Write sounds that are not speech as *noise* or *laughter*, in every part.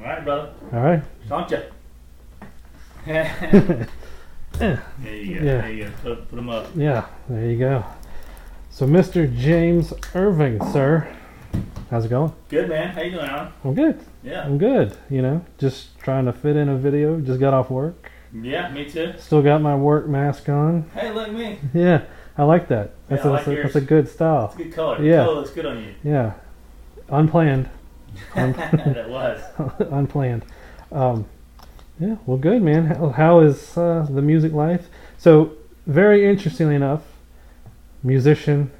All right, brother. *laughs* All right. Don't *laughs* ya? there Eh, you go. Yeah. There you go. Put, put 'em up. Yeah, there you go. So, Mr. James Irving, sir, how's it going? Good man. How you doing, Alan? I'm good. Yeah. I'm good. You know, just trying to fit in a video. Just got off work. Yeah, me too. Still got my work mask on. *laughs* Hey, look at me. Yeah, I like that. That's, Yeah, I a, like that's, a, that's a yours. good style. It's a good color. Yeah. The color looks good on you. *laughs* Yeah, unplanned. Um, Un- that was. *laughs* unplanned. Um, yeah, well, good man. How, how is uh, the music life? So, very interestingly enough, musician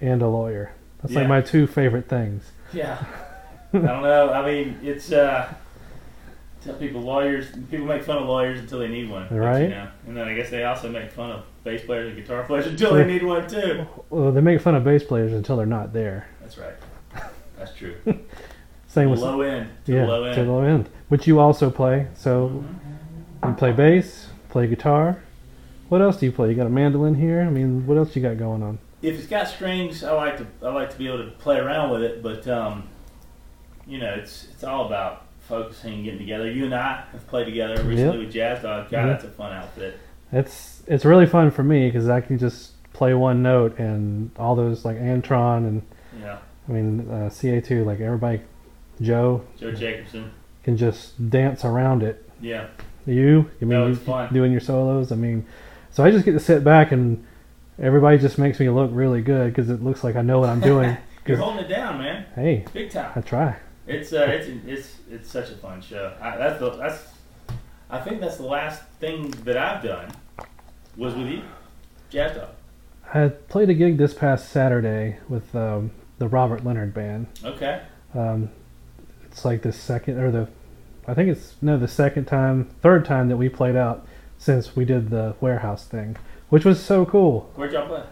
and a lawyer. That's Yeah. like my two favorite things. Yeah. I don't know. I mean, it's uh tell people lawyers people make fun of lawyers until they need one. but, You Right. know? And then I guess they also make fun of bass players and guitar players until they need one too. Well, they make fun of bass players until they're not there. That's right. That's true. Same with low end. To yeah, the low end. to the low end, which you also play. So, you play bass, play guitar. What else do you play? You got a mandolin here. I mean, what else you got going on? if it's got strings, I like to I like to be able to play around with it, but um, you know, it's it's all about focusing and getting together. You and I have played together recently with Jazz Dog. God, Mhm. that's a fun outfit. It's it's really fun for me because I can just play one note and all those like Antron and Yeah, I mean, uh, CA2, like everybody, Joe Joe Jacobson. can just dance around it. Yeah, You, I mean, No, you- it's fun. doing your solos. I mean, so I just get to sit back and everybody just makes me look really good because it looks like I know what *laughs* I'm doing. *laughs* you're 'Cause, holding it down, man, hey, big I time. try. It's uh, it's it's it's such a fun show. I, that's the, that's I think that's the last thing that I've done was with you, Jazz Dog. I played a gig this past Saturday with um, the Robert Leonard Band. Okay, Um, it's like the second or the, I think it's no the second time, third time that we played out since we did the warehouse thing, which was so cool. where'd y'all play?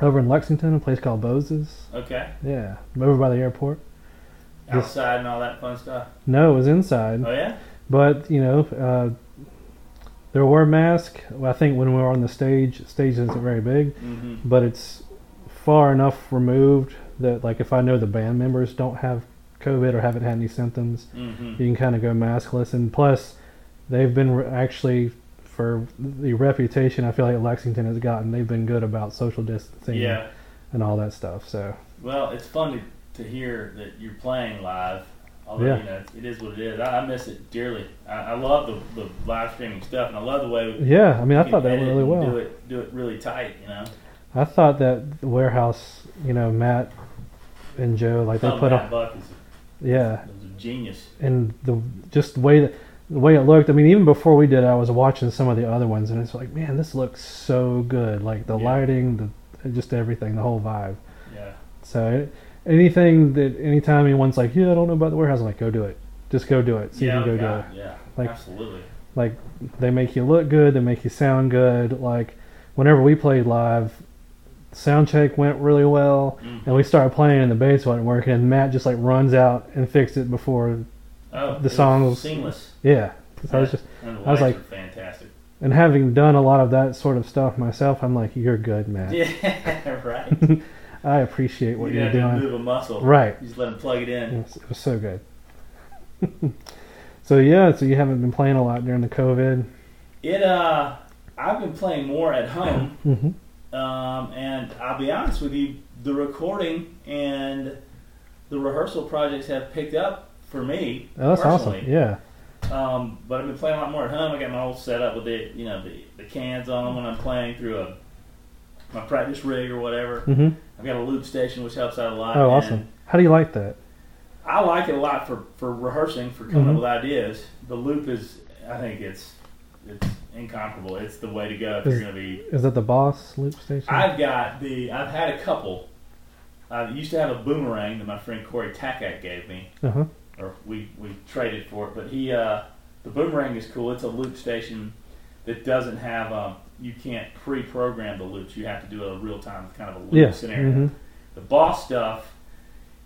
over in Lexington, a place called Bose's. Okay, Yeah, over by the airport. Yes. outside and all that fun stuff. No, it was inside, Oh yeah, but you know, uh, there were masks. Well, I think when we were on the stage, the stage isn't very big, mm-hmm. but it's far enough removed that like if I know the band members don't have COVID or haven't had any symptoms, Mm-hmm. you can kind of go maskless. And plus, they've been re- actually. For the reputation, I feel like Lexington has gotten, they've been good about social distancing Yeah. and all that stuff. So, Well, it's fun to, to hear that you're playing live. Although, Yeah. you know, it is what it is. I, I miss it dearly. I, I love the, the live streaming stuff, and I love the way we yeah, I mean, I can thought that edit went really and well. Do it, do it really tight, you know. I thought that the warehouse, you know, Matt and Joe, like they Oh, put Matt on, Buck is, yeah, is a genius. and the just the way that the way it looked. I mean, even before we did, it, I was watching some of the other ones, and it's like, man, this looks so good. Like the Yeah. lighting, the just everything, the whole vibe. Yeah. So it, anything that anytime anyone's like, yeah, I don't know about the warehouse, I'm like, go do it. Just go do it. See yeah, if you can go do it. God, yeah. Like- absolutely. like they make you look good they make you sound good like whenever we played live sound check went really well Mm. and we started playing and the bass wasn't working and matt just like runs out and fixed it before Oh, the it song was was- seamless. yeah 'Cause I was Yeah. just, And the I was lights like- were fantastic. and having done a lot of that sort of stuff myself i'm like you're good matt Yeah, *laughs* right. i appreciate *laughs* what you you're didn't have to doing move a muscle. right You just let them plug it it in. was, it was so good *laughs* so yeah so you haven't been playing a lot during the covid It uh, I've been playing more at home. hmm Um, and I'll be honest with you, the recording and the rehearsal projects have picked up for me. oh, that's personally. awesome yeah Um, but I've been playing a lot more at home. I got my old setup with the you know the, the cans on when I'm playing through a my practice rig or whatever. hmm I've got a loop station which helps out a lot. oh and awesome how do you like that I like it a lot for, for rehearsing, for coming up Mhm. with ideas. The loop is, I think it's it's incomparable. It's the way to go if you're Is- going to be Is that the boss loop station? I've got the. I've had a couple. I used to have a boomerang that my friend Corey Takak gave me, uh-huh. or we we traded for it. But he, uh, the boomerang is cool. It's a loop station that doesn't have. Um, you can't pre-program the loops. You have to do a real time kind of a loop Yeah. scenario. mhm. The boss stuff,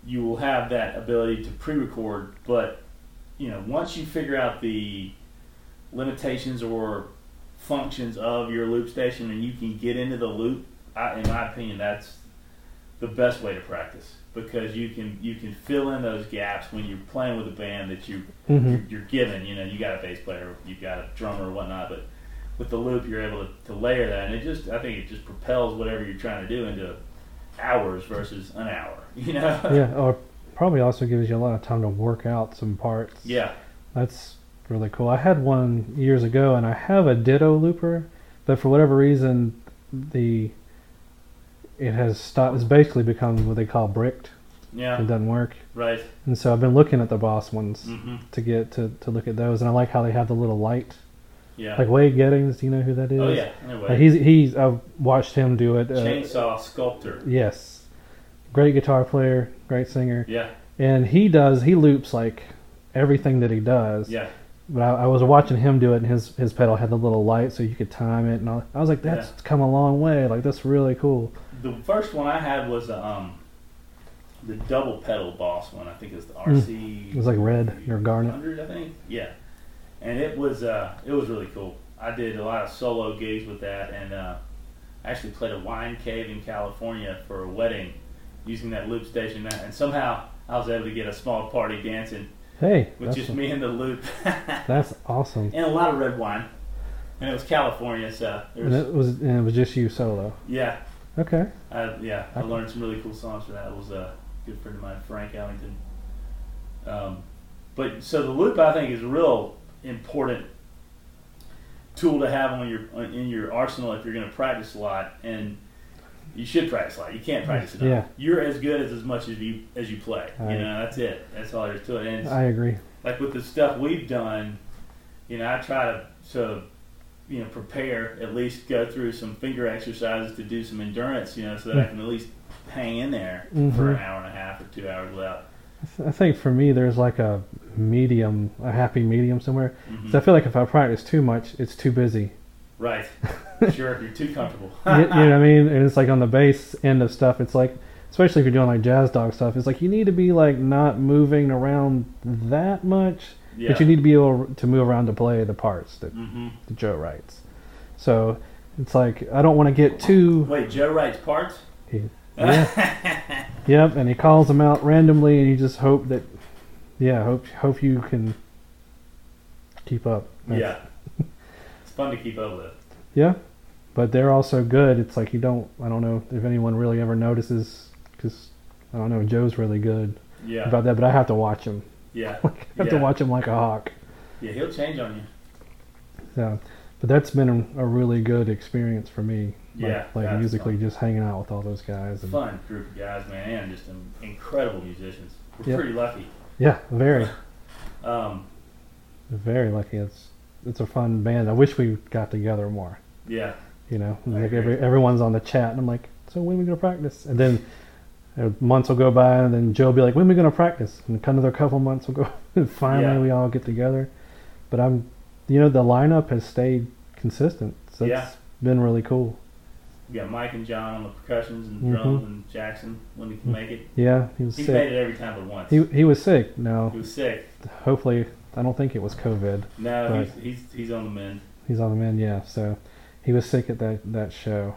you will have that ability to pre-record, but you know once you figure out the limitations or functions of your loop station and you can get into the loop, I, in my opinion, that's the best way to practice because you can you can fill in those gaps when you're playing with a band that you *laughs* Mhm. you're, you're given. You know, you got a bass player, you got a drummer, or whatnot. But with the loop, you're able to, to layer that, and it just I think it just propels whatever you're trying to do into hours versus an hour. *laughs* You know? yeah, or probably also gives you a lot of time to work out some parts. yeah. That's really cool. I had one years ago, and I have a Ditto looper, but for whatever reason, the it has stopped. It's basically become what they call bricked. Yeah. It doesn't work, Right. and so I've been looking at the Boss ones hmm to get to, to look at those, and I like how they have the little light, Yeah. like Wade Gettings. Do you know who that is? oh yeah. Anyway, Like he's he's I've watched him do it. Uh, chainsaw sculptor. yes, great guitar player, great singer. Yeah. and he does he loops like everything that he does Yeah. but I, I was watching him do it and his his pedal had the little light so you could time it and all, i was like that's come a long way like that's really cool The first one I had was um, the double pedal boss one. I think it's the RC. Mm-hmm. it was like red or garnet 100, I think. Yeah, and it was uh, it was really cool. I did a lot of solo gigs with that, and uh, I actually played a wine cave in California for a wedding using that loop station. That- And somehow I was able to get a small party dancing hey with that's, just me and the loop, *laughs* and that's awesome a lot of red wine. And it was California, so there and was, it was and it was just you solo yeah, okay I, yeah. I Okay. learned some really cool songs from that. It was a good friend of mine, Frank Allington. Um, but so the loop, I think, is a real important tool to have on your on- in your arsenal if you're going to practice a lot, and you should practice a lot. You can't practice enough. Yeah. You're as good as as much as you as you play. Right. You know, that's it. That's all there is to it. And it's- i agree like with the stuff we've done, you know, I try to, to you know, prepare, at least go through some finger exercises to do some endurance, you know, so Hmm. that I can at least hang in there for an Mhm. hour and a half or two hours without. i think for me there's like a medium a happy medium somewhere Mhm. 'Cause i feel like if i practice too much it's too busy Right. *laughs* sure, you're too comfortable. you, you know what I mean? And it's like on the bass end of stuff, it's like, especially if you're doing like jazz dog stuff, it's like you need to be like not moving around that much, *laughs* yeah. but you need to be able to move around to play the parts that, hmm that Joe writes. So it's like I don't want to get too. Wait, Joe writes parts? Yeah. *laughs* yep, and he calls them out randomly, and you just hope that, yeah, hope hope you can keep up. That's- yeah. It's fun to keep up with. Yeah, but they're also good. It's like you don't. I don't know if anyone really ever notices because I don't know. Joe's really good Yeah. about that, but I have to watch him. *laughs* yeah. I have to Yeah. watch him like a hawk. Yeah, he'll change on you. So, but that's been a really good experience for me. Like, Yeah, like that's musically, just hanging out with all those guys. And, Fun group of guys, man, and just um, incredible musicians. We're Yeah. pretty lucky. yeah, very, Um, very lucky. It's it's a fun band. I wish we got together more. yeah. You know, I like agree. every, everyone's on the chat, and I'm like, so when are we gonna practice? And then uh, months will go by, and then Joe will be like, when are we gonna practice? And another couple months will go, *laughs* and finally Yeah. we all get together. But I'm, you know, the lineup has stayed consistent. So Yeah. it's been really cool. We got Mike and John on the percussions and Mhm. drums, and Jackson when he can make it. Yeah, he was He Mm-hmm. sick. made it every time but once. He He, he was sick. No, was sick. hopefully, I don't think it was COVID. No, Right. he's, he's he's on the mend. He's on the mend. Yeah, so he was sick at that that show.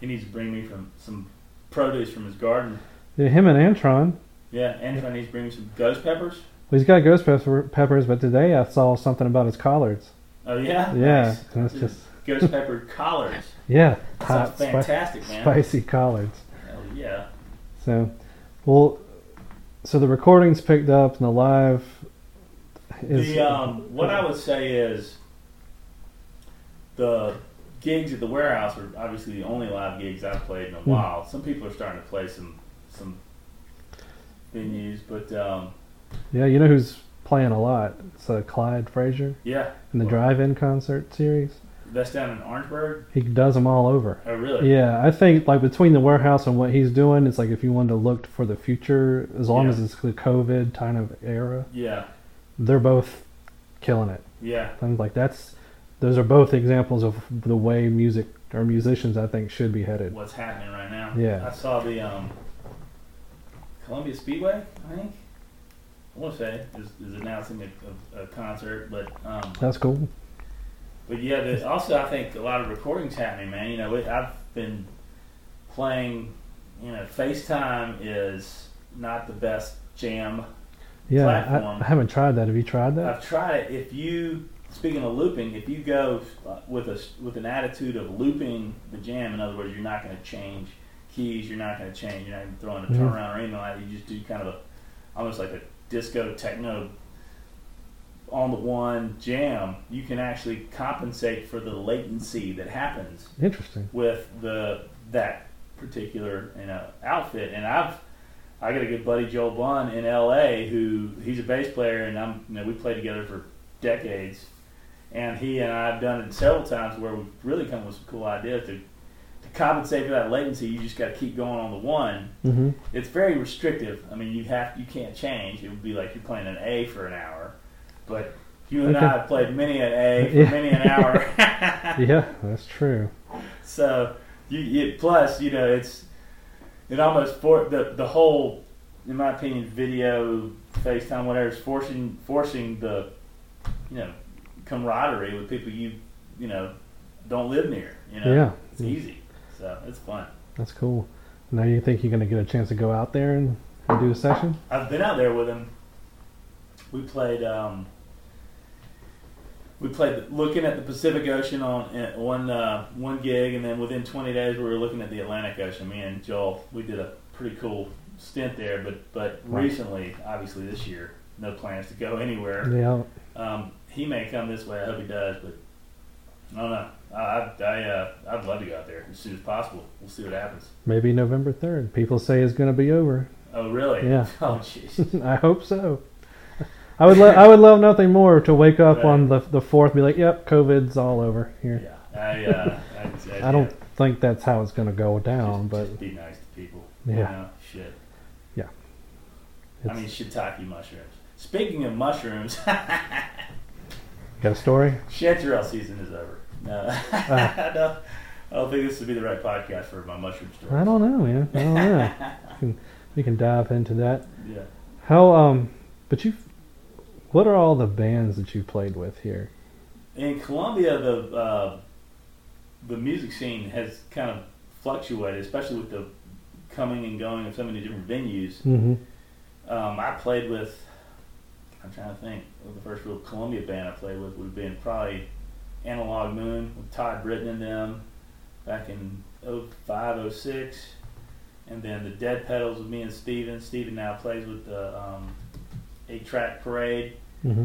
He needs to bring me from some produce from his garden. Yeah, him and Antron. Yeah, Andrew needs to bring me some ghost peppers. Well, he's got ghost pepper, peppers, but today I saw something about his collards. Oh yeah, Yeah, Nice. that's Dude, just ghost pepper collars. yeah, That hot, sounds spi- fantastic, man. spicy collards. Hell yeah, So, well, so the recordings picked up and the live is the um, what I would say is the gigs at the warehouse are obviously the only live gigs I've played Hmm. in a while. Some people are starting to play some some venues, but um, yeah, you know who's playing a lot? It's uh, Clyde Frazier yeah, in the drive-in concert series. that's down in Orangeburg. He does them all over. Oh, really? Yeah, I think like between the warehouse and what he's doing, it's like if you wanted to look for the future, as long Yeah. as it's the COVID kind of era, yeah, they're both killing it. yeah, I'm like that's those are both examples of the way music or musicians I think should be headed. What's happening right now? Yeah. I saw the um, Columbia Speedway. I think I want to say is, is announcing a, a, a concert, but um, That's cool. But yeah, there's also I think a lot of recordings happening, man. You know, we, I've been playing you know, FaceTime is not the best jam. Yeah, Platform. I, I haven't tried that. Have you tried that? I've tried it. If you speaking of looping, if you go uh, with a with an attitude of looping the jam, in other words, you're not going to change keys, you're not going to change, you're not even throwing a Mhm. turnaround or anything like that. You just do kind of a almost like a disco techno on the one jam. You can actually compensate for the latency that happens Interesting. with the that particular you know outfit. And I've I got a good buddy Joel Bunn in L.A. who he's a bass player, and I'm you know we played together for decades. And he and I've done it several times where we've really come up with some cool ideas to to compensate for that latency. You just got to keep going on the one. hmm It's very restrictive. I mean, you have you can't change. It would be like you're playing an A for an hour, but you and Okay. I have played many an A for *laughs* Yeah. many an hour. Yeah, that's true. So you, you plus you know it's it almost for the the whole in my opinion video FaceTime whatever is forcing forcing the you know camaraderie with people you you know don't live near you know Yeah. it's easy so it's fun. That's cool. Now you think you're gonna get a chance to go out there and, and do a session? I've been out there with him. We played. Um, we played looking at the Pacific Ocean on at one uh, one gig, and then within 20 days we were looking at the Atlantic Ocean. Me and Joel, we did a pretty cool stint there. But but Wow. recently, obviously this year, no plans to go anywhere. Yeah. Um, he may come this way. I hope he does, but I don't know. I I, I uh, I'd love to go out there as soon as possible. We'll see what happens. Maybe November third. People say it's gonna be over. Oh really? Yeah. *laughs* Oh *laughs* jeez. I hope so. I would lo- I would love nothing more to wake up Right. on the the fourth and be like, Yep, COVID's all over here. yeah. I uh, I, I don't think that's how it's gonna go down, Just- but just be nice to people. Yeah. You know, shit. Yeah. I It's- mean, shiitake mushrooms. Speaking of mushrooms, *laughs* got a story? chanterelle season is over. No, *laughs* Ah. I, don't, I don't think this would be the right podcast for my mushroom story. I don't know, man. I don't know. *laughs* we, can, we can dive into that. Yeah. How um but you what are all the bands that you played with here? In Colombia, the uh, the music scene has kind of fluctuated, especially with the coming and going of so many different venues. Mm-hmm. Um, I played with. I'm trying to think. The first real Columbia band I played with would have been probably Analog Moon with Todd Britton and them back in 05, 06. And then the Dead Pedals with me and Steven. Steven now plays with the um, Eight Track Parade. Mm-hmm.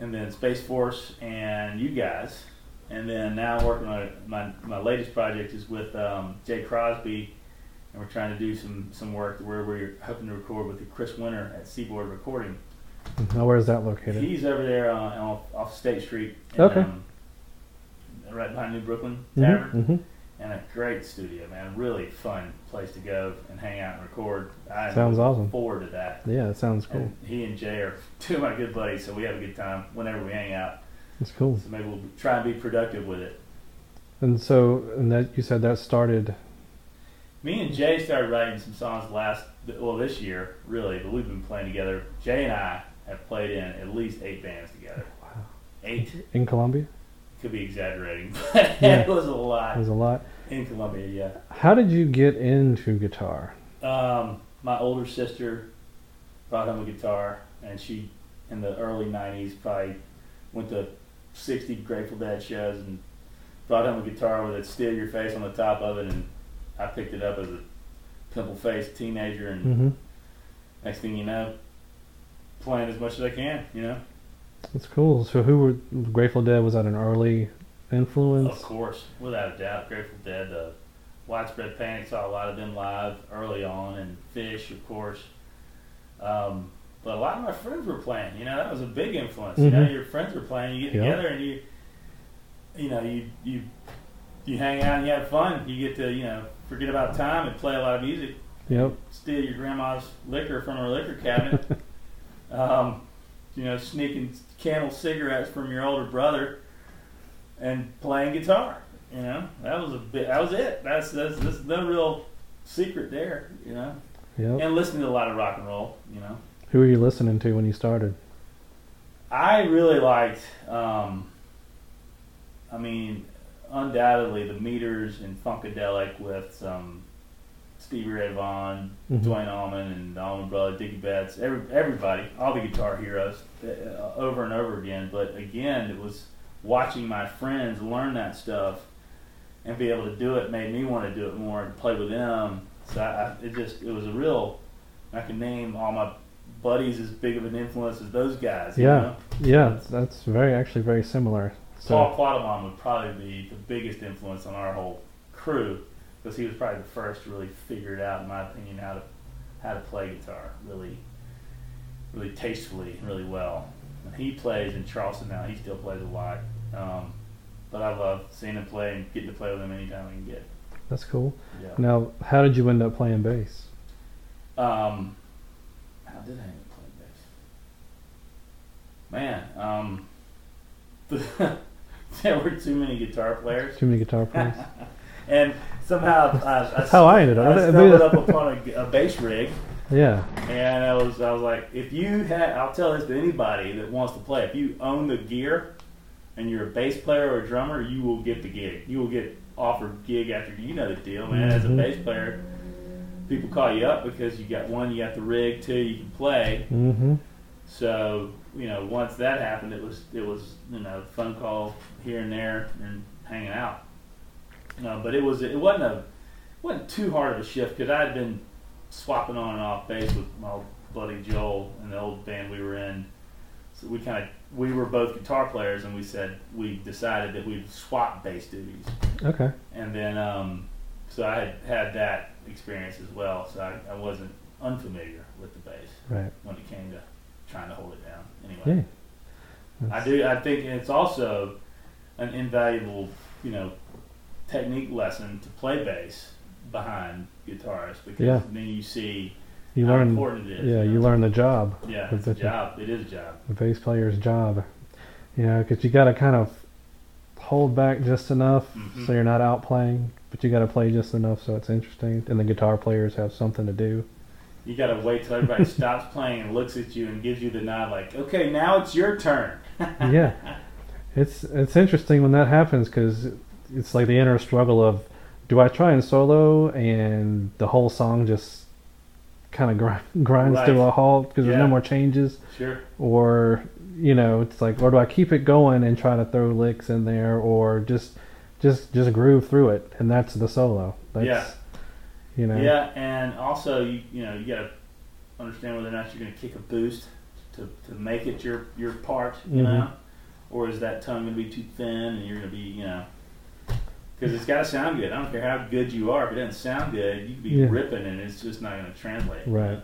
And then Space Force and you guys. And then now I'm working on my, my latest project is with um, Jay Crosby and we're trying to do some, some work where we're hoping to record with Chris Winter at Seaboard Recording. Now where's that located? He's over there on, on off State Street, in, Okay. um, right behind New Brooklyn Tavern, Mm-hmm. hmm and a great studio, man. Really fun place to go and hang out and record. I am Sounds awesome. looking forward to that. Yeah, it sounds cool. And he and Jay are *laughs* two of my good buddies, so we have a good time whenever we hang out. It's cool. So maybe we'll try and be productive with it. And so, and that you said that started. Me and Jay started writing some songs last, well, this year, really, but we've been playing together. Jay and I have played in at least eight bands together. Wow. Eight In Colombia, could be exaggerating, *laughs* but Yeah. it was a lot it was a lot. in Colombia, How did you get into guitar? yeah. Um, my older sister brought home a guitar, and she, in the early 90s, probably went to 60 Grateful Dead shows and brought home a guitar with it, still your face on the top of it, and I picked it up as a pimple faced teenager and. Mm-hmm. next thing you know, playing as much as I can, you know? That's cool. So, who were Grateful Dead? Was that an early influence? Of course, without a doubt, Grateful Dead, uh, Widespread Panic, saw a lot of them live early on, and Fish, of course. Um, but a lot of my friends were playing, you know, that was a big influence. You know, Mhm. your friends were playing, you get Yeah. together and you, you know, you, you, you hang out and you have fun. You get to, you know, forget about time and play a lot of music. Yep. steal your grandma's liquor from her liquor cabinet. um, you know, sneaking candle cigarettes from your older brother, and playing guitar. You know, that was a bit. That was it. That's that's, that's no real secret there. You know, Yep. and listening to a lot of rock and roll. You know, Who were you listening to when you started? I really liked. Um, I mean, undoubtedly the Meters and Funkadelic with some Stevie Ray Vaughan, Mhm. Mm-hmm. Dwayne Allman, and the Allman Brothers, Dickie Betts, every, everybody, all the guitar heroes, uh, over and over again. But again, it was watching my friends learn that stuff and be able to do it made me want to do it more and play with them. So I, I, it just it was a real. I can name all my buddies as big of an influence as those guys. you Yeah. know? Yeah, that's very actually very similar. Paul So Quatamon would probably be the biggest influence on our whole crew because he was probably the first to really figure it out, in my opinion, how to how to play guitar really, really tastefully and really well. And he plays in Charleston now. He still plays a lot, um, but I love seeing him play and getting to play with him anytime I can get. that's cool. Yeah. Now, how did you end up playing bass? Um, how did I end up playing bass? Man, um, *laughs* there were too many guitar players. Too many guitar players. and somehow I, I, *laughs* That's how I ended up. I stumbled up upon a, a bass rig, yeah, and I was I was like, if you had, I'll tell this to anybody that wants to play. If you own the gear, and you're a bass player or a drummer, you will get the gig. You will get offered gig after you know the deal, man. As a Mhm. bass player, people call you up because you got one, you got the rig, two, you can play. mm-hmm. So you know, once that happened, it was it was you know phone call here and there and hanging out. Uh, but it was it wasn't a it wasn't too hard of a shift because I had been swapping on and off bass with my old buddy Joel and the old band we were in. So we kind of we were both guitar players, and we said we decided that we'd swap bass duties. Okay. And then, um, so I had had that experience as well. So I, I wasn't unfamiliar with the bass Right. when it came to trying to hold it down. Anyway, Yeah. I That's- do. I think it's also an invaluable, you know, technique lesson to play bass behind guitars because Yeah. then you see You how learn. important it is. Yeah, know? you learn the job, Yeah, the- it's a the- job. It is a job. the bass player's job. You know, because you got to kind of hold back just enough Mhm. so you're not out playing, but you got to play just enough so it's interesting, and the guitar players have something to do. You got to wait till *laughs* everybody stops playing and looks at you and gives you the nod, like, "Okay, now it's your turn." yeah, it's it's interesting when that happens because it's like the inner struggle of do I try and solo and the whole song just kind of grind, *laughs* grinds Right. to a halt because there's Yeah. no more changes, Sure. or you know it's like or do I keep it going and try to throw licks in there or just just just groove through it and that's the solo. That's, You know. Yeah, and also you you know you got to understand whether or not you're going to kick a boost to, to make it your your part, you Mhm. know, or is that tongue going to be too thin and you're going to be you know because it's got to sound good. I don't care how good you are, if it doesn't sound good, you could be Yeah. ripping and it's just not going to translate. Right.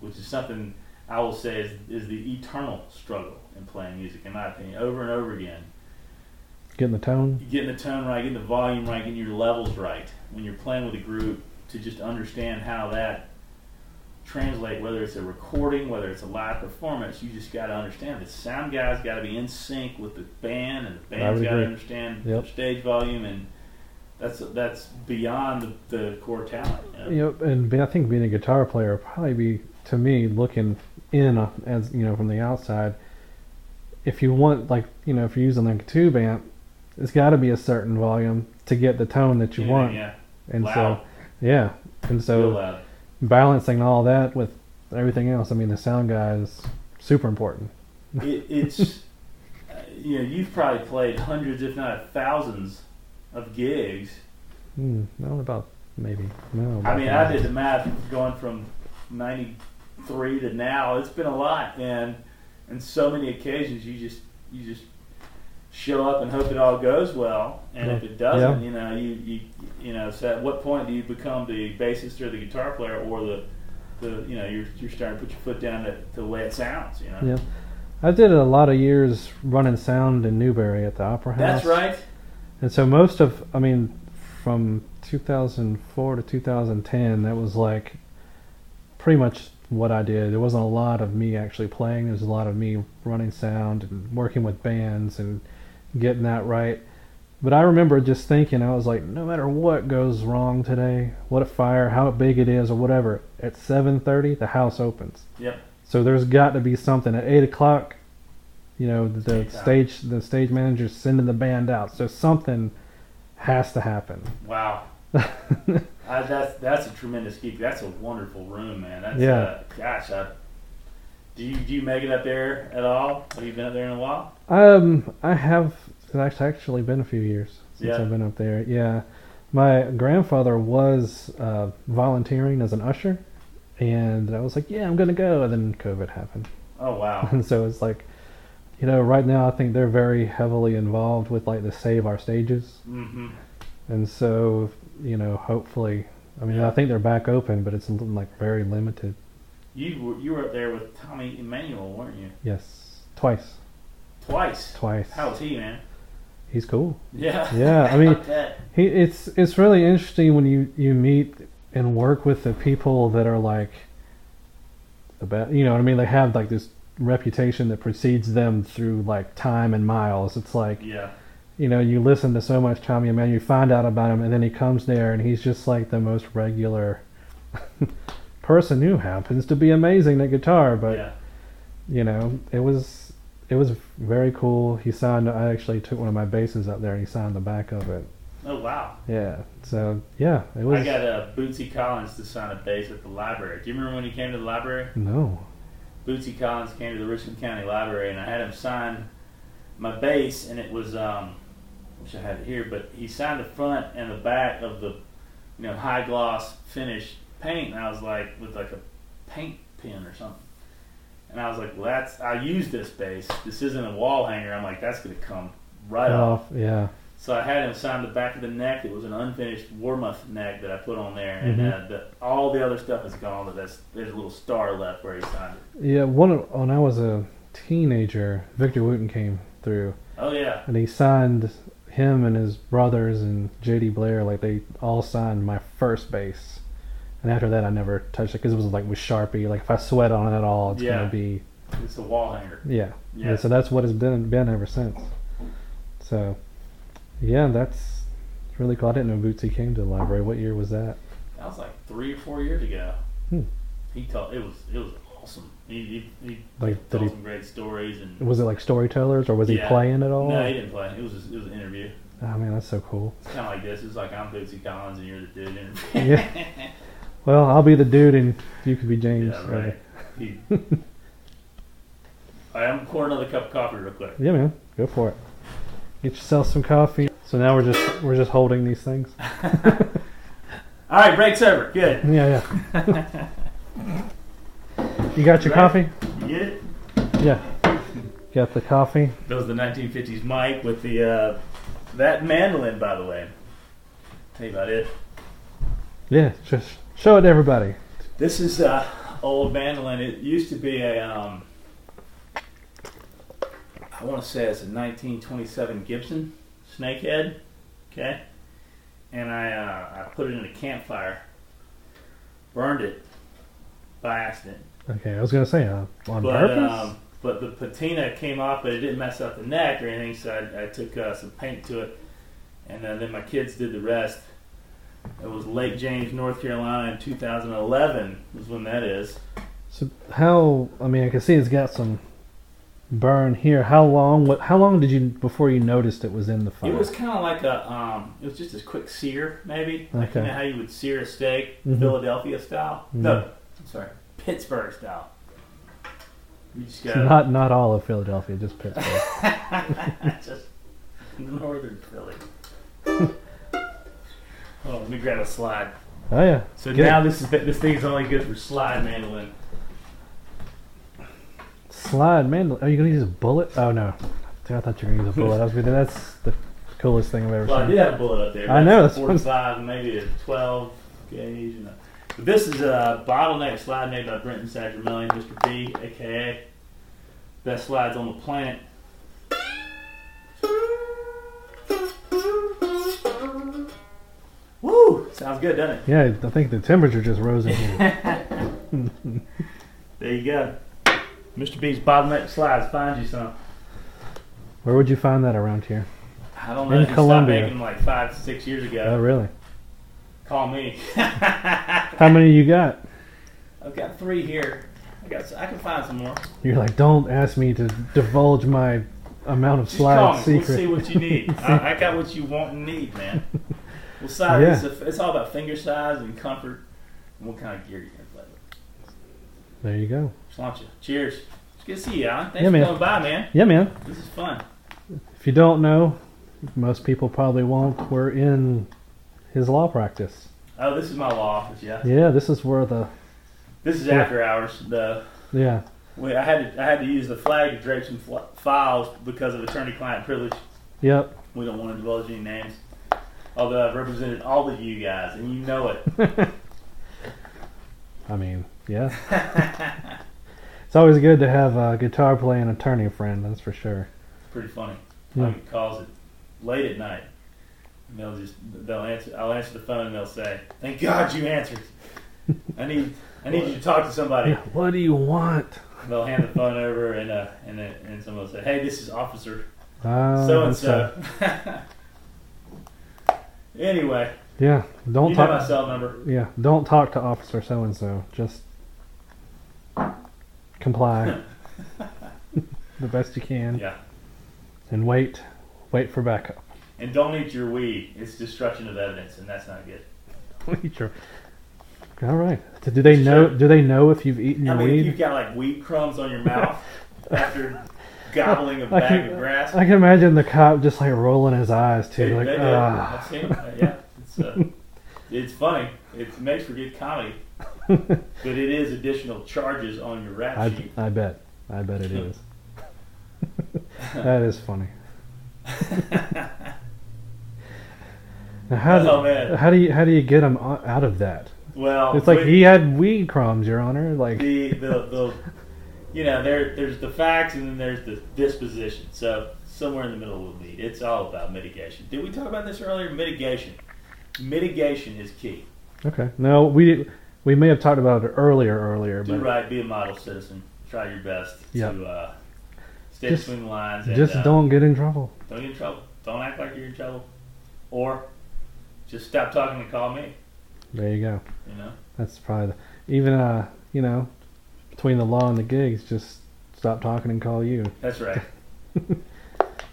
Which is something I will say is is the eternal struggle in playing music, in my opinion, over and over again Getting the tone. getting the tone right, getting the volume right, getting your levels right when you're playing with a group to just understand how that translate whether it's a recording, whether it's a live performance, you just gotta understand the sound guy's gotta be in sync with the band and the band's would gotta agree. understand Yep. the stage volume and that's that's beyond the, the core talent. you know? Yep, and be- I think being a guitar player would probably be to me looking in uh, as you know from the outside. If you want, like you know, if you're using like a tube amp, it's got to be a certain volume to get the tone that you Anything, want. yeah. And loud, so, yeah, and real so loud. balancing all that with everything else. I mean, the sound guy is super important. it, it's *laughs* uh, you know, you've probably played hundreds, if not thousands, of gigs Hmm, I don't know about maybe. No, I mean, I did the math going from '93 to now. It's been a lot, and and so many occasions you just you just show up and hope it all goes well, and if it doesn't, Yeah. you know, you you you know, so at what point do you become the bassist or the guitar player or the the you know you're you're starting to put your foot down to, to the way it sounds, you know? Yeah. I did a lot of years running sound in Newberry at the Opera House. That's right. And so most of, I mean, from 2004 to 2010, that was like pretty much what I did. There wasn't a lot of me actually playing. There was a lot of me running sound and working with bands and getting that right. But I remember just thinking, I was like, no matter what goes wrong today, what a fire, how big it is, or whatever, at 7:30 the house opens. Yep. So there's got to be something at eight o'clock. You know, the Eight o'clock. stage the stage manager's sending the band out, so something has to happen. Wow. I, that's that's a tremendous geek. That's a wonderful room, man. That's, Yeah. Uh, gosh, I, do you do you make it up there at all? Have you been up there in a while? *laughs* Um, I have. It's act- actually been a few years since Yeah. I've been up there. Yeah, my grandfather was uh, volunteering as an usher, and I was like, "Yeah, I'm gonna go." And then COVID happened, *laughs* Oh wow. and so it's like, you know, right now I think they're very heavily involved with like the Save Our Stages, mm-hmm. and so you know, hopefully, I mean, Yeah. I think they're back open, but it's like very limited. You were you were up there with Tommy Emmanuel, weren't you? Yes, twice, Twice. twice. How was he, man? He's cool. Yeah. Yeah, *laughs* I mean- Fuck that. He, it's it's really interesting when you you meet and work with the people that are like the best. You know what I mean? They have like this reputation that precedes them through like time and miles. It's like Yeah. you know you listen to so much Tommy man, you find out about him, and then he comes there and he's just like the most regular *laughs* person who happens to be amazing at guitar, but yeah. you know it was. It was very cool. He signed. I actually took one of my basses up there, and he signed the back of it. Oh wow. Yeah. So yeah, it was. I got uh, Bootsy Collins to sign a bass at the library. Do you remember when he came to the library? no. Bootsy Collins came to the Richmond County Library, and I had him sign my bass, and it was um, I wish I had it here, but he signed the front and the back of the you know high gloss finish paint, and I was like with like a paint pen or something. And I was like, well, that's, I use this bass. This isn't a wall hanger. I'm like, that's going to come right off. Off. Yeah. So I had him sign the back of the neck. It was an unfinished Warmoth neck that I put on there, and Mhm. uh, the, all the other stuff is gone. But that's there's a little star left where he signed it. Yeah. One of, when I was a teenager, Victor Wooten came through Oh yeah, and he signed him and his brothers and JD Blair like they all signed my first bass. And after that, I never touched it because it was like with Sharpie. Like if I sweat on it at all, it's Yeah. gonna be it's a wall hanger. yeah. Yeah, yeah. So that's what it's been been ever since. So yeah, that's really cool. I didn't know Bootsy came to the library. What year was that? that was like three or four years ago. Hmm. He told it was it was awesome. He he, he Like did told he some great stories and Was it like storytellers, or was Yeah. he playing at all? no, he didn't play. It was just, it was an interview. I mean, that's so *laughs* cool. It's kind of like this. It's like I'm Bootsy Collins and you're the dude. *laughs* Interview. Yeah. well, I'll be the dude, and you could be James. yeah, right. He, *laughs* All right, I'm pouring another cup of coffee real quick. Yeah, man, go for it. Get yourself some coffee. So now we're just we're just holding these things. All right, break's over. Good. Yeah, *laughs* yeah. you got Right. your coffee? You get it? Yeah. Got the coffee. That was the 1950s Mike with the uh, that mandolin, by the way. Tell you about it. Yeah, just show it to everybody. This is uh, old mandolin. It used to be a um, I want to say it's a 1927 Gibson Snakehead. Okay, and I uh, I put it in a campfire, burned it by accident. Okay, I was gonna say uh, But on purpose. um, but the patina came off, but it didn't mess up the neck or anything. So I, I took uh, some paint to it, and uh, then my kids did the rest. It was Lake James, North Carolina, in 2011 was when that is. so how? I mean, I can see it's got some burn here. How long? What? How long did you before you noticed it was in the fire? It was kind of like a um, it was just a quick sear, maybe like you Okay. know how you would sear a steak, Mhm. Philadelphia style. Mhm. No, I'm sorry, Pittsburgh style. You just got Not not all of Philadelphia, just Pittsburgh. *laughs* just northern *laughs* Philly. oh, let me grab a slide. oh yeah. So Good. now this is this thing's only good for slide mandolin. Slide mandolin. Are you gonna use a bullet? Oh no. I thought you were gonna use a bullet. I was gonna. That's the coolest thing I've ever Well, I seen. did have a bullet up there. I know, That's a that's what 45, I'm- and maybe a 12 gauge. And a, but this is a bottleneck slide made by Brenton Sagramelli, Mr. B, aka best slides on the planet. Woo! Sounds good, doesn't it? Yeah, I think the temperature just rose in here. There you go. Mr. B's bottleneck slides. Find you some. Where would you find that around here? I don't In know. he stopped Colombia. making them like five, six years Oh ago. really? Call me. *laughs* How many you got? I've got three here. I got. I can find some more. You're like, don't ask me to divulge my amount of Just call slide me. secret. *laughs* We'll see what you need. I, I got what you want and need, man. Well, size, it's, a- it's all about finger size and comfort and what kind of gear you're going to play with. There you go. Sláinte. Cheers. It's good to see you, Alan. Thanks Yeah, for man. coming by, man. Yeah, man. This is fun. If you don't know, most people probably won't. We're in his law practice. Oh, this is my law office, yeah. Yeah, this is where the This is Yeah. after hours. The yeah we, I had to I had to use the flag to drape some fl- files because of attorney-client privilege. yep We don't want to divulge any names. Although I've represented all of you guys, and you know it. I mean, *laughs* yeah. it's always good to have a guitar playing attorney friend, that's for sure. It's pretty funny. Yeah. I get calls at late at night. And they'll just they'll answer. I'll answer the phone and they'll say, "Thank God you answered. I need I need you to talk to somebody." What do you want? They'll hand the phone over and uh and then, and someone will say, "Hey, this is Officer Uh, So and that's, uh, so." *laughs* Anyway, Yeah, don't you know my talk. cell number. Yeah, don't talk to Officer So and So. Just *laughs* comply the best you can Yeah, and wait, wait for backup. *laughs* and don't eat your weed. It's destruction of evidence, and that's not good. Sure. All right. So do they know? Sure. Do they know if you've eaten I your mean, if weed? you've got like weed crumbs on your *laughs* mouth after gobbling a I bag can- of grass, I can imagine the cop just like rolling his eyes too, They- like they do. ah. I've seen it. Uh, yeah, it's, uh, *laughs* it's funny. It makes for good comedy, *laughs* but it is additional charges on your rap I, sheet. *laughs* I bet. I bet it is. that is funny. now how, Oh, do- man. Oh, how do you how do you get him out of that? Well, It's like with he had weed crumbs, Your Honor. Like the, the the you know there there's the facts and then there's the disposition. So somewhere in the middle will be. It's all about mitigation. Did we talk about this earlier? Mitigation. Mitigation is key. okay, no, we we may have talked about it earlier, earlier, Do but right. Be a model citizen. Try your best Yeah. to uh, stay Just- between the lines. And, just uh, don't get in trouble. Don't get in trouble. Don't act like you're in trouble. Or just stop talking and call me. There you go. You know? That's probably the, even uh you know between the law and the gigs, just stop talking and call you That's right.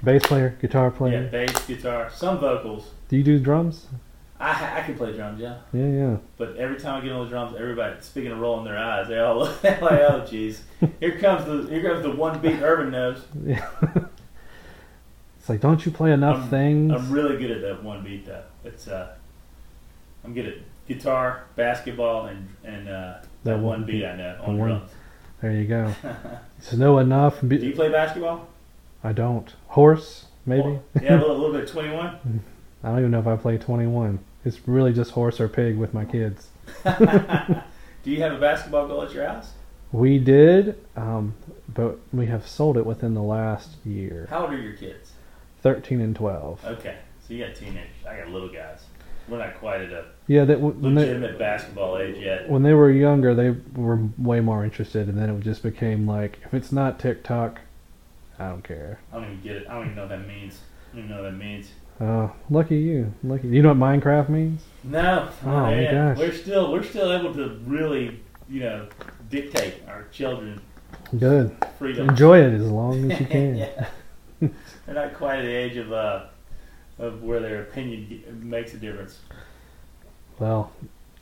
bass player, guitar Yeah, player. bass, guitar, some vocals. Do you do drums? I, I can play drums, yeah. Yeah, yeah. But every time I get on the drums, everybody speaking of rolling their eyes, they all *laughs* look like, oh, jeez. Here comes the here comes the one beat Urban knows. Yeah. it's like, don't you play enough I'm- things? I'm really good at that one beat though. It's uh, I'm good at guitar, basketball, and and uh, that, That one one beat, beat. I know on The one. drums. there you go. So know enough. and Do you Be- play basketball? I don't. Horse, maybe. Yeah, a little, a little bit of 21. I don't even know if I play 21. It's really just horse or pig with my kids. Do you have a basketball goal at your house? We did, um, but we have sold it within the last year. How old are your kids? 13 and 12. Okay, so you got teenagers. I got little guys. We're not quite at a Yeah, that w- when they, legitimate basketball age yet. when they were younger, they were way more interested, and then it just became like, if it's not TikTok, I don't care. I don't even get it. I don't even know what that means. I don't even know what that means. Uh, lucky you. Lucky. You know what Minecraft means? No. Oh, my man. gosh. We're still we're still able to really, you know, dictate our children Good. freedom. Enjoy it as long as you can. Yeah. They're not quite at the age of uh of where their opinion ge- makes a difference. Well,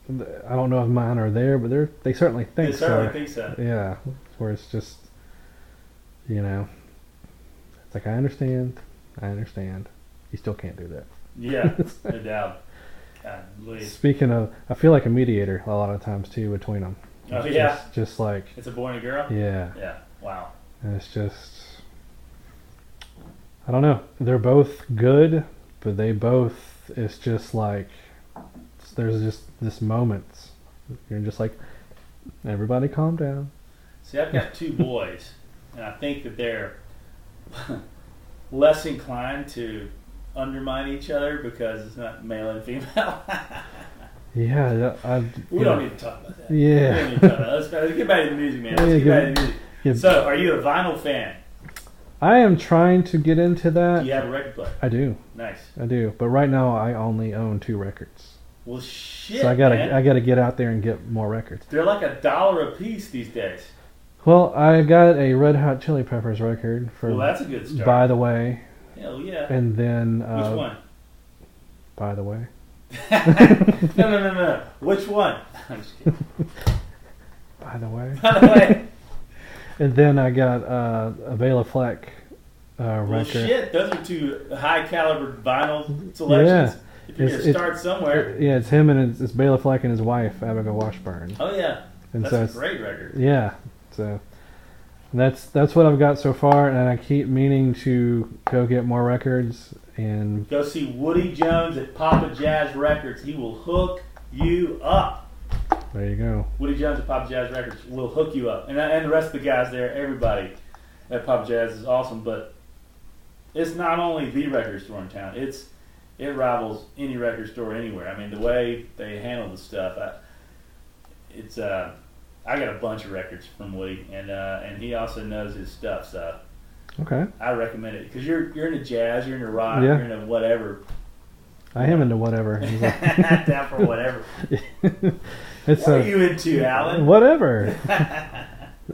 th- I don't know if mine are there, but they're they certainly I think certainly so. think *laughs* so. Yeah, where it's just, you know, it's like I understand, I understand. You still can't do that. Yeah, no doubt. God, please. Speaking of, I feel like a mediator a lot of times too between them. Oh yeah. just, just like It's a boy and a girl? yeah, Yeah. Wow. and it's just, I don't know. They're both good, but they both it's just like there's just this moments. You're just like, everybody calm down. See, I've got *laughs* two boys, and I think that they're *laughs* less inclined to undermine each other because it's not male and female. *laughs* Yeah, that- I, we yeah. don't need to talk about that. We don't Yeah, need to talk about that. Let's, let's get back to the music, man. Let's Yeah, get give back to it- the music. *laughs* yeah. So, are you a vinyl fan? I am trying to get into Do that. you have a record player? I do, Nice. I do, but right now I only own two records, Well, shit, so I gotta man. I gotta get out there and get more records. They're like a dollar a piece these days. Well, I got a Red Hot Chili Peppers record for Well, that's a good start. By the Way, Hell yeah. *laughs* and then Which uh, one? By the Way, no, no, no, no. Which one? *laughs* I'm just kidding. By the way. By the way, And then I got uh, a Bela Fleck uh, record. well, Oh, shit, those are two high caliber vinyl selections. If you're going It's- to it's- start somewhere. Yeah, it's him and it's, it's Bela Fleck and his wife Abigail Washburn. Oh, yeah. And That's so a it's, great record. yeah, so that's that's what I've got so far, and I keep meaning to go get more records. And Go see Woody Jones at Papa Jazz Records. He will hook you up. there you go. Woody Jones at Papa Jazz Records will hook you up. And, and the rest of the guys there, everybody at Papa Jazz is awesome. But it's not only the record store in town, it's it rivals any record store anywhere. I mean, the way they handle the stuff, I, it's uh, I got a bunch of records from Woody, and uh, and he also knows his stuff. So Okay, I recommend it because you're you're into jazz, you're into rock, Yeah. you're into whatever. *laughs* I am into whatever. down for whatever. What it's are a you into, Alan? *laughs* whatever.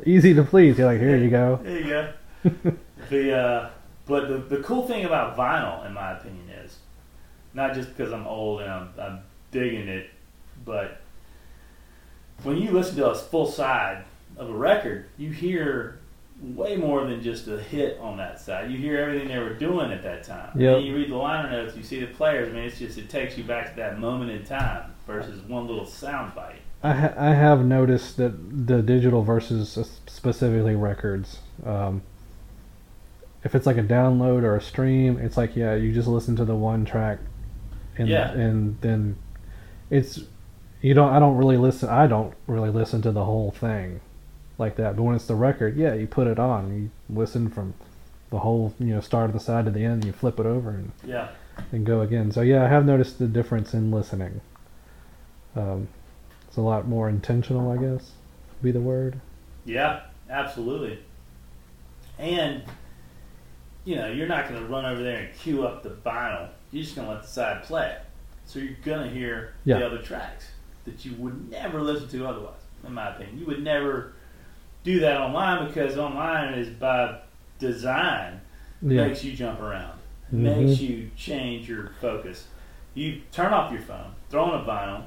Easy to please. You're like, here you go. There you go. the uh, but the, the cool thing about vinyl, in my opinion, is not just because I'm old and I'm, I'm digging it, but when you listen to a full side of a record, you hear way more than just a hit on that side. You hear everything they were doing at that time. Yep. And you read the liner notes, you see the players. I mean, it's just it takes you back to that moment in time versus one little sound bite. I ha- I have noticed that the digital versus specifically records. Um, if it's like a download or a stream, it's like yeah, you just listen to the one track, and Yeah. and then it's you don't I don't really listen I don't really listen to the whole thing like that. But when it's the record, yeah, you put it on, you listen from the whole you know start of the side to the end, you flip it over and Yeah. and go again. So yeah, I have noticed the difference in listening. Um, it's a lot more intentional, I guess, would be the word. Yeah, absolutely. And you know, you're not going to run over there and cue up the vinyl. You're just going to let the side play. it. So you're going to hear Yeah. the other tracks that you would never listen to otherwise. In my opinion, you would never do that online because online is by design Yeah, makes you jump around, Mhm. makes you change your focus. You turn off your phone, throw on a vinyl,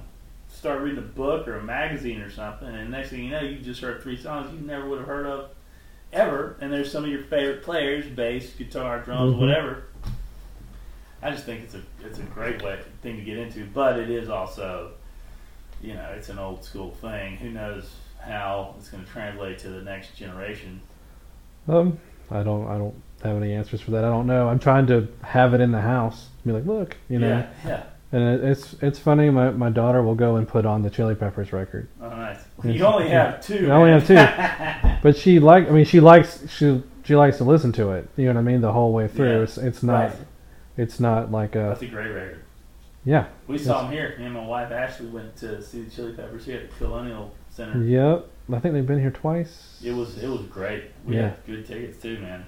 start reading a book or a magazine or something, and next thing you know, you just heard three songs you never would have heard of ever, and there's some of your favorite players, bass, guitar, drums, Mhm. whatever. I just think it's a it's a great way thing to get into, but it is also, you know, it's an old school thing. Who knows how it's going to translate to the next generation? um, I don't, I don't have any answers for that. I don't know. I'm trying to have it in the house. Be like, look, you know. yeah, yeah. And it, it's it's funny. My my daughter will go and put on the Chili Peppers record, Oh, nice. *laughs* Yes. You only have two. I only man. have but she like. I mean, she likes she she likes to listen to it. You know what I mean? The whole way through. Yeah. It's it's not Right. it's not like a *laughs* That's a great record. yeah. We saw him here. Me and my wife Ashley went to see the Chili Peppers here at the Colonial Center. Yep. I think they've been here twice. It was it was great. We Yeah. had good tickets too, man.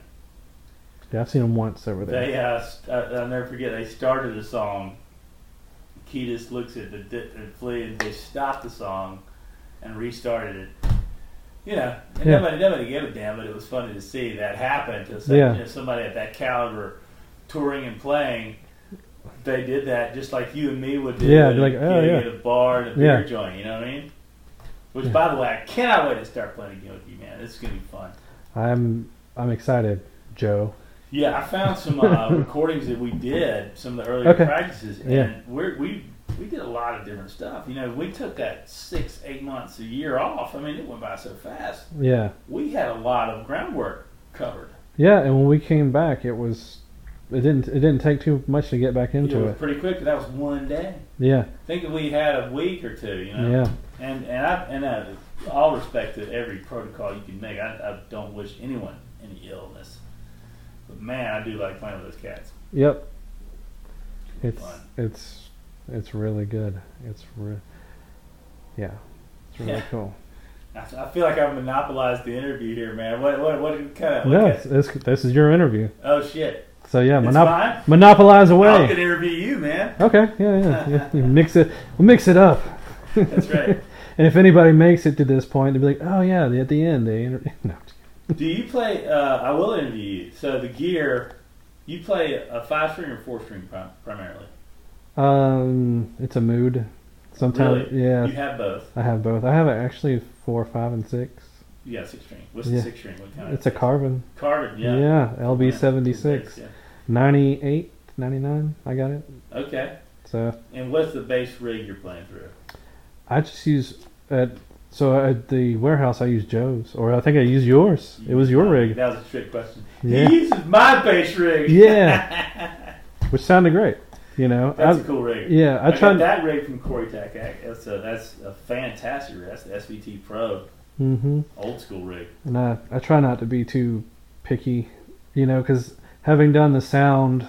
Yeah, I've seen them once over there. They uh, st- I, I'll never forget. They started the song. Ketis looks at the di- at flea, and they stopped the song and restarted it. You know, and Yeah. nobody nobody gave a damn, but it was funny to see that happen to some, Yeah. you know, somebody at that caliber touring and playing. They did that just like you and me would do. Yeah, at be a- like, oh, you know, yeah. at a bar and a Yeah. beer joint. You know what I mean? Which, Yeah. by the way, I cannot wait to start playing again with you, man. This is gonna be fun. I'm I'm excited, Joe. Yeah, I found some *laughs* uh, recordings that we did, some of the earlier Okay. practices, and Yeah. we're, we we did a lot of different stuff. You know, we took that six, eight months, a year off. I mean, it went by so fast. Yeah, We had a lot of groundwork covered. yeah. And when we came back, it was it didn't it didn't take too much to get back it into was it. pretty quick. But that was one day. Yeah, I think that we had a week or two. You know, yeah, and and I and uh, all respect to every protocol you can make. I, I don't wish anyone any illness, but man, I do like playing with those cats. yep. It's Fun. it's it's really good. It's re- yeah, it's really Yeah. cool. I I feel like I've monopolized the interview here, man. What what what kind of No, it's, it's, this is your interview. Oh shit! So yeah, It's monop- mine. monopolize I'm away. gonna interview you, man. Okay, yeah, yeah, yeah. You mix it. We'll mix it up. That's *laughs* right. And if anybody makes it to this point, they'll be like, "Oh yeah, at the end they inter- *laughs* no, Do you play? Uh, I will interview you. So the gear, you play a five string or four string prim- primarily. Um, it's a mood. Sometimes, Really? yeah, You have both. I have both. I have actually four, five, and six. You got six string. What's Yeah. the six string? What kind? It's a of carbon. Carbon. Yeah, Yeah. LB Yeah. 76. Yeah. 98, 99, I got it. Okay. So And what's the base rig you're playing through? I just use at so at the warehouse I use Joe's or I think I use yours. It was your rig. That was a trick question. Yeah. He uses my base rig. Yeah. Which sounded great. You know, That's a I, cool rig. yeah, I I, got tried. that rig from Corey Tech. That's a, that's a fantastic rig. That's the SVT Pro, hmm old school rig. and I, I try not to be too picky, you know, because having done the sound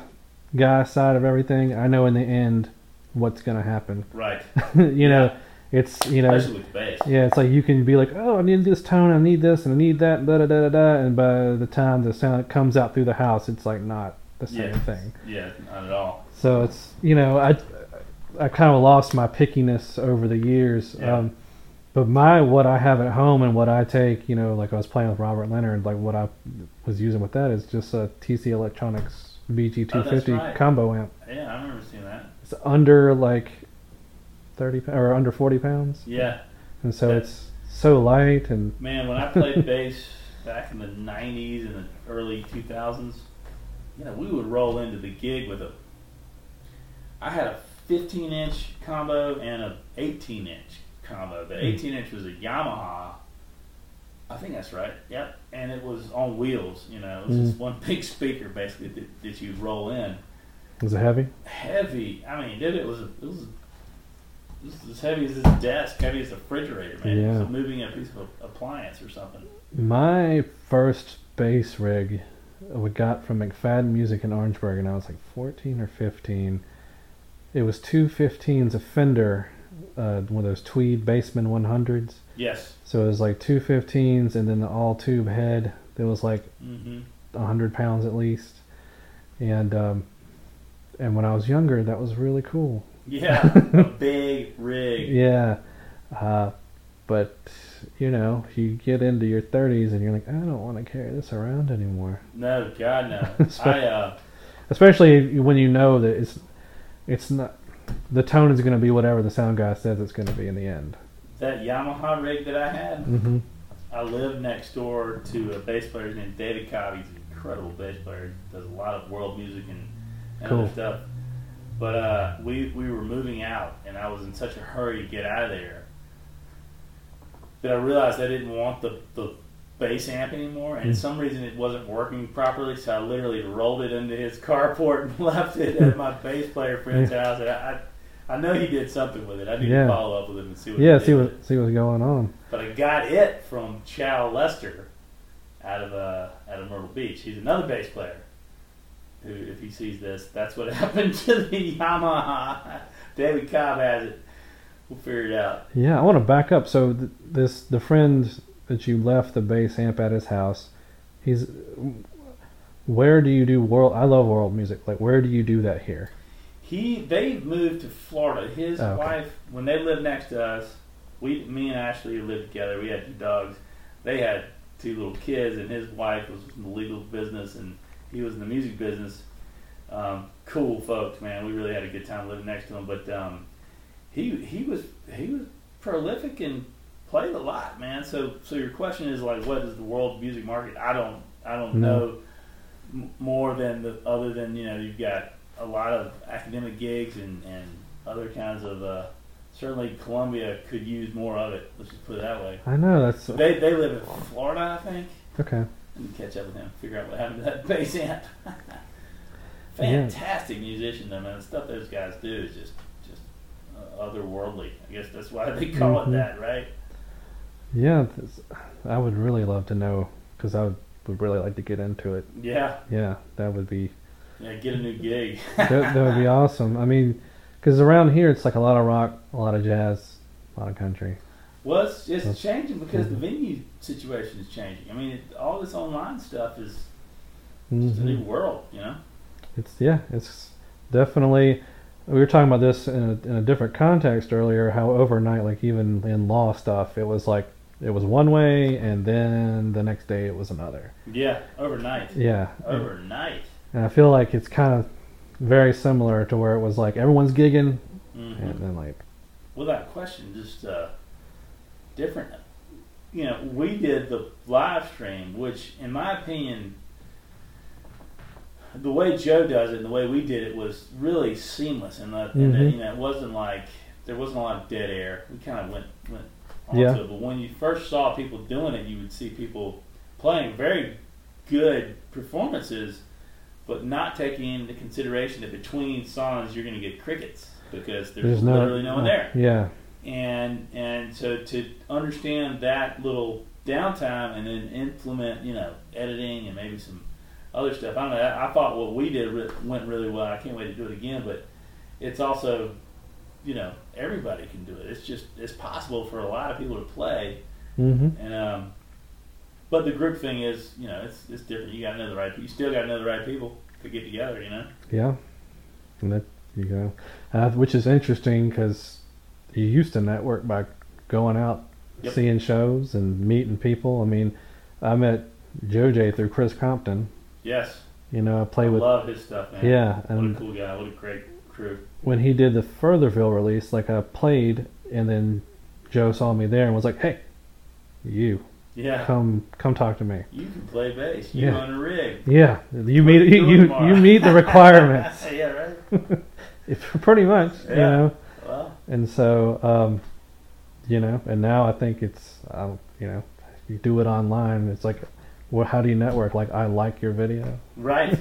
guy side of everything, I know in the end what's going to happen. *laughs* Right. you know, it's, you know, Especially with the bass. yeah, it's like you can be like, oh, I need this tone, I need this, and I need that, da da da da da. And by the time the sound comes out through the house, it's like not the same Yeah. thing. Yeah, not at all. So it's, you know, I, I kind of lost my pickiness over the years. Yeah. Um, but my what I have at home and what I take, you know, like I was playing with Robert Leonard, like what I was using with that is just a TC Electronics BG250 Oh, that's right. combo amp. Yeah, I remember seeing that. It's under like thirty pou- or under forty pounds, Yeah. and so Yeah. it's so light and Man, when I played bass back in the '90s and the early 2000s, you know, we would roll into the gig with a. I had a 15-inch combo and a 18-inch combo. The 18-inch was a Yamaha. I think that's right. Yep, and it was on wheels. You know, it was just one *laughs* big speaker basically that, that you roll in. is it heavy? Heavy. I mean, dude, it was it was. It was as heavy as this desk, heavy as a refrigerator, man. It Yeah. was moving a piece of appliance or something. My first bass rig uh, we got from McFadden Music in Orangeburg, and I was like 14 or 15. It was 215's a Fender, uh, one of those tweed Bassman 100s. Yes. So it was like 215s and then the all tube head that was like hmm 100 pounds at least. And um, and when I was younger, that was really cool. Yeah, a big rig. Yeah. Uh, but, you know, you get into your 30s and you're like, I don't want to carry this around anymore. No, God no. I uh, especially when you know that it's it's not the tone is going to be whatever the sound guy says it's going to be in the end. that Yamaha rig that I had. Mm-hmm. I lived next door to a bass player named David Cobb. He's an incredible bass player. Does a lot of world music and, and Cool. other stuff. But uh, we we were moving out, and I was in such a hurry to get out of there that I realized I didn't want the the bass amp anymore. And Hmm. for some reason, it wasn't working properly, so I literally rolled it into his *laughs* carport and left it at my bass player friend's house. And I, I I know he did something with it. I need Yeah. to follow up with him and see what. he Yeah, did see with it. what see what's going on. But I got it from Chow Lester out of uh, out of Myrtle Beach. He's another bass player. Who, if he sees this, that's what *laughs* happened to the Yamaha. David Cobb has it. We'll figure it out. Yeah, I want to back up. So th- this the friend that you left the bass amp at his house. He's where do you do world? I love world music. Like where do you do that here? He they moved to Florida. His Oh, okay. wife when they lived next to us, we me and Ashley lived together. We had two dogs. They had two little kids, and his wife was in the legal business, and he was in the music business. Um, cool folks, man. We really had a good time living next to him. But um, he he was he was prolific and played a lot, man. So so your question is like, what is the world music market? I don't I don't No. know m- more than the other than you know you've got a lot of academic gigs and and other kinds of uh, certainly Columbia could use more of it. Let's just put it that way. I know that's They they live in Florida, I think. okay. I need to catch up with him, figure out what happened to that *laughs* bass amp. Fantastic musician, though, man. The stuff those guys do is just just uh, otherworldly. I guess that's why they call Mhm. it that, right? Yeah, this- I would really love to know because I would, would really like to get into it. Yeah, Yeah, that would be yeah. Get a new gig. that, that would be awesome. I mean, because around here it's like a lot of rock, a lot of jazz, a lot of country. Well, it's, it's changing because the venue situation is changing. I mean, it, all this online stuff is just a new Mhm. world, you know. It's yeah, it's definitely. We were talking about this in a, in a different context earlier. How overnight, like even in law stuff, it was like it was one way, and then the next day it was another. Yeah, overnight. Yeah, Overnight. and I feel like it's kind of very similar to where it was like everyone's gigging Mhm. and then like without question, just uh, different. You know, we did the live stream, which, in my opinion, the way Joe does it and the way we did it was really seamless, and that, and that Mhm. you know, it wasn't like there wasn't a lot of dead air. We kind of went went onto Yeah. it, but when you first saw people doing it, you would see people playing very good performances. But not taking into consideration that between songs you're going to get crickets because there's, there's, no uh, literally no one there Yeah, and and so to understand that little downtime and then implement you know editing and maybe some other stuff. I don't know. I, I thought what we did re- went really well. I can't wait to do it again. But it's also you know everybody can do it. It's just it's possible for a lot of people to play. hmm And um, but the group thing is you know it's it's different. You got to know the right. You still got to know the right people to get together. You know. yeah, and that you go, uh, which is interesting because you used to network by going out, Yep. seeing shows and meeting people. I mean, I met JoJ through Chris Compton. Yes. You know, I play I with love his stuff, man. yeah, um, What a and cool guy. What a great crew. when he did the Furtherville release, like I played, and then Joe saw me there and was like, "Hey, you Yeah. come come talk to me." You can play bass. You Yeah. own a rig. Yeah, you meet do you it you, tomorrow. you meet *laughs* the requirements, yeah, right. If- pretty much. You Yeah. know, Well, and so um, you know, and now I think it's um, you know, you do it online. It's like, well, how do you network? Like, I like your video. *laughs* right.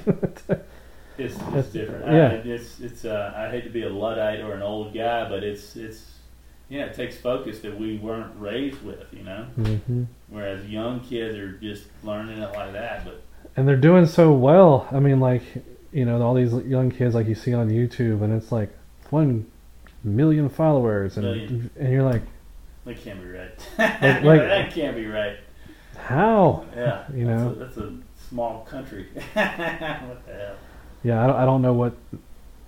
It's, it's different. I- Yeah. I, it's it's. Uh, I hate to be a luddite or an old guy, but it's it's. Yeah, it takes focus that we weren't raised with, you know. hmm Whereas young kids are just learning it like that. But and they're doing so well. I mean, like you know, all these young kids like you see on YouTube, and it's like one million followers, and Million. and you're like, that can't be right. *laughs* Like- like- that can't be right. how? Yeah, *laughs* You know. that's a, that's a small country. *laughs* what the hell? Yeah, I don't, I don't know what,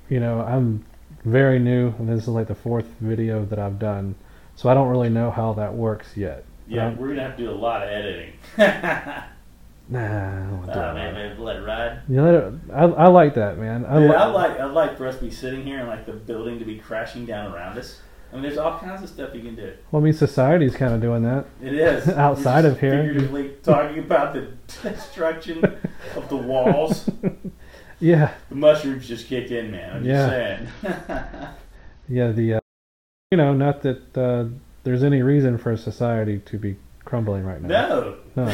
you know, I'm very new, and this is like the fourth video that I've done, so I don't really know how that works yet. Yeah, Um, we're gonna have to do a lot of editing. Nah, I don't want to do oh that. man, man, let it ride. You know, I, I like that, man. I, Dude, li- I'd like I'd like for us to be sitting here and like the building to be crashing down around us. I mean, there's all kinds of stuff you can do. Well, I mean, society's kind of doing that. It is Outside We're just of here. figuratively talking about the *laughs* destruction of the walls. Yeah, The mushrooms just kicked in, man. I'm Yeah. just saying. *laughs* yeah. The, uh, you know, not that uh, there's any reason for society to be crumbling right now. no,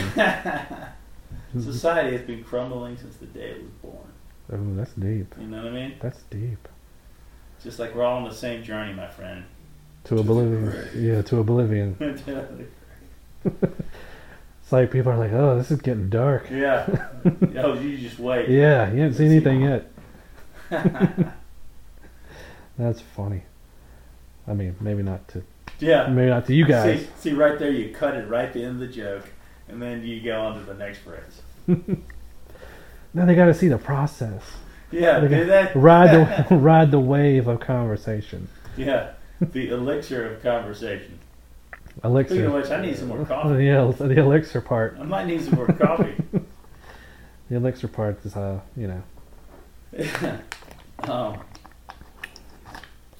No. society has been crumbling since the day it was born. Oh, that's deep. You know what I mean? That's deep. Just like we're all on the same journey, my friend. *laughs* To oblivion. Yeah, to oblivion. yeah. It's like people are like, oh, this is getting dark. *laughs* Oh, you just wait. Yeah, you didn't see *laughs* anything yet. That's funny. I mean, maybe not to Yeah. maybe not to you guys. See, see right there, you cut it right at the end of the joke, and then you go on to the next phrase. Now they got to see the process. Yeah, They do that. Ride the *laughs* ride the wave of conversation. Yeah, the elixir of conversation. Speaking of Elixir. which, I need some more coffee. *laughs* Yeah, the elixir part. I might need some more coffee. *laughs* The elixir part is uh, you know. um,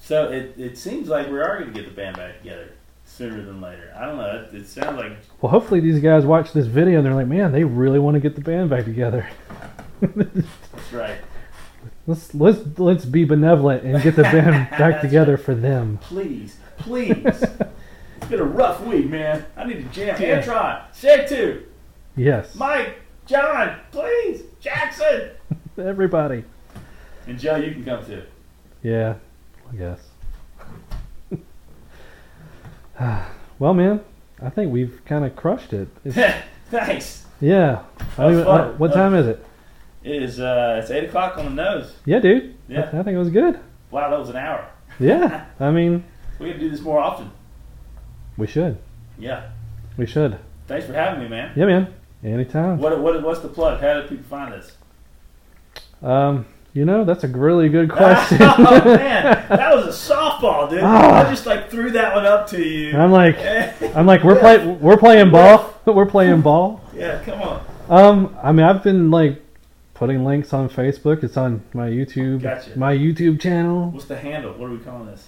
so it, it seems like we are going to get the band back together sooner than later. I don't know. It, it sounds like Well, hopefully these guys watch this video and they're like, "Man, they really want to get the band back together. it's right. Let's let's let's be benevolent and get *laughs* the band back together for them." Please, please. it's been a rough week, man. I need to jam. Yeah. Antron, Shake Two, Yes. Mike, John, please, Jackson. Everybody. And Joe, you can come too. *laughs* Yeah, I guess. *sighs* well, man, I think we've kind of crushed it. *laughs* It's- Thanks. yeah. I That was don't even- fun. I- what That- time is it? It is uh, it's eight o'clock on the nose. Yeah, dude. I- Yeah. I, think it was good. Wow, that was an hour. Yeah. I mean, We got to do this more often. we should. Yeah. We should. Thanks for having me, man. Yeah, man. Anytime. What, what what's the plug? How do people find us? Um, you know, that's a really good question. *laughs* oh man, that was a softball, dude. I just like threw that one up to you. And I'm like, *laughs* yeah, I'm like, we're play, *laughs* we're playing ball. we're playing ball. come on. Um, I mean, I've been like putting links on Facebook. It's on my YouTube, Gotcha. my YouTube channel, What's the handle? What are we calling this?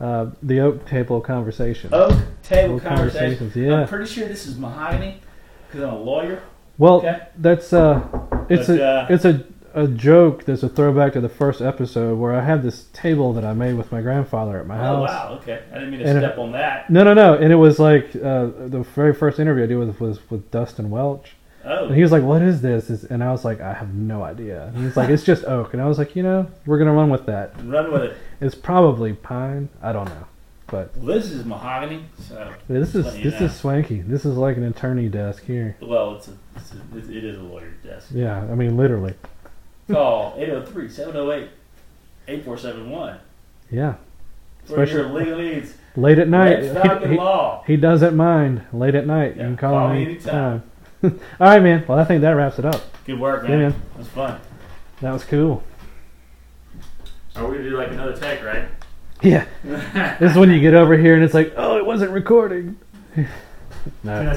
uh, the Oak Table Conversation. Oak table Oak conversation. Conversations, yeah. I'm pretty sure this is mahogany because I'm a lawyer. Well, Okay. that's uh, it's But, a uh, it's a a joke. That's a throwback to the first episode where I had this table that I made with my grandfather at my Oh house. wow. Okay. I didn't mean to And, uh, step on that. No, no, no, and it was like uh, the very first interview I did was was with Dustin Welch, Oh. and he was like, "What is this?" Is- And I was like, "I have no idea." And he's like, *laughs* "It's just oak," and I was like, "You know, we're gonna run with that. Run with it. It's probably pine. I don't know, but Well, this is mahogany. So this is Well, you this know. is swanky. This is like an attorney desk here. well, it's a, it's a it- it is a lawyer's desk. Yeah, I mean, literally. Call 803 708 8471 Yeah, for your Especially- legal needs. late at night. Red Falcon he- he- Law. He doesn't mind late at night. Yeah, you can call, call him me anytime. *laughs* All right, man. Well, I think that wraps it up. Good work, Yeah, man. man. That was fun. That was cool. Are we gonna do like another take, right? *laughs* Yeah. this is when you get over here and it's like, oh, it wasn't recording. no.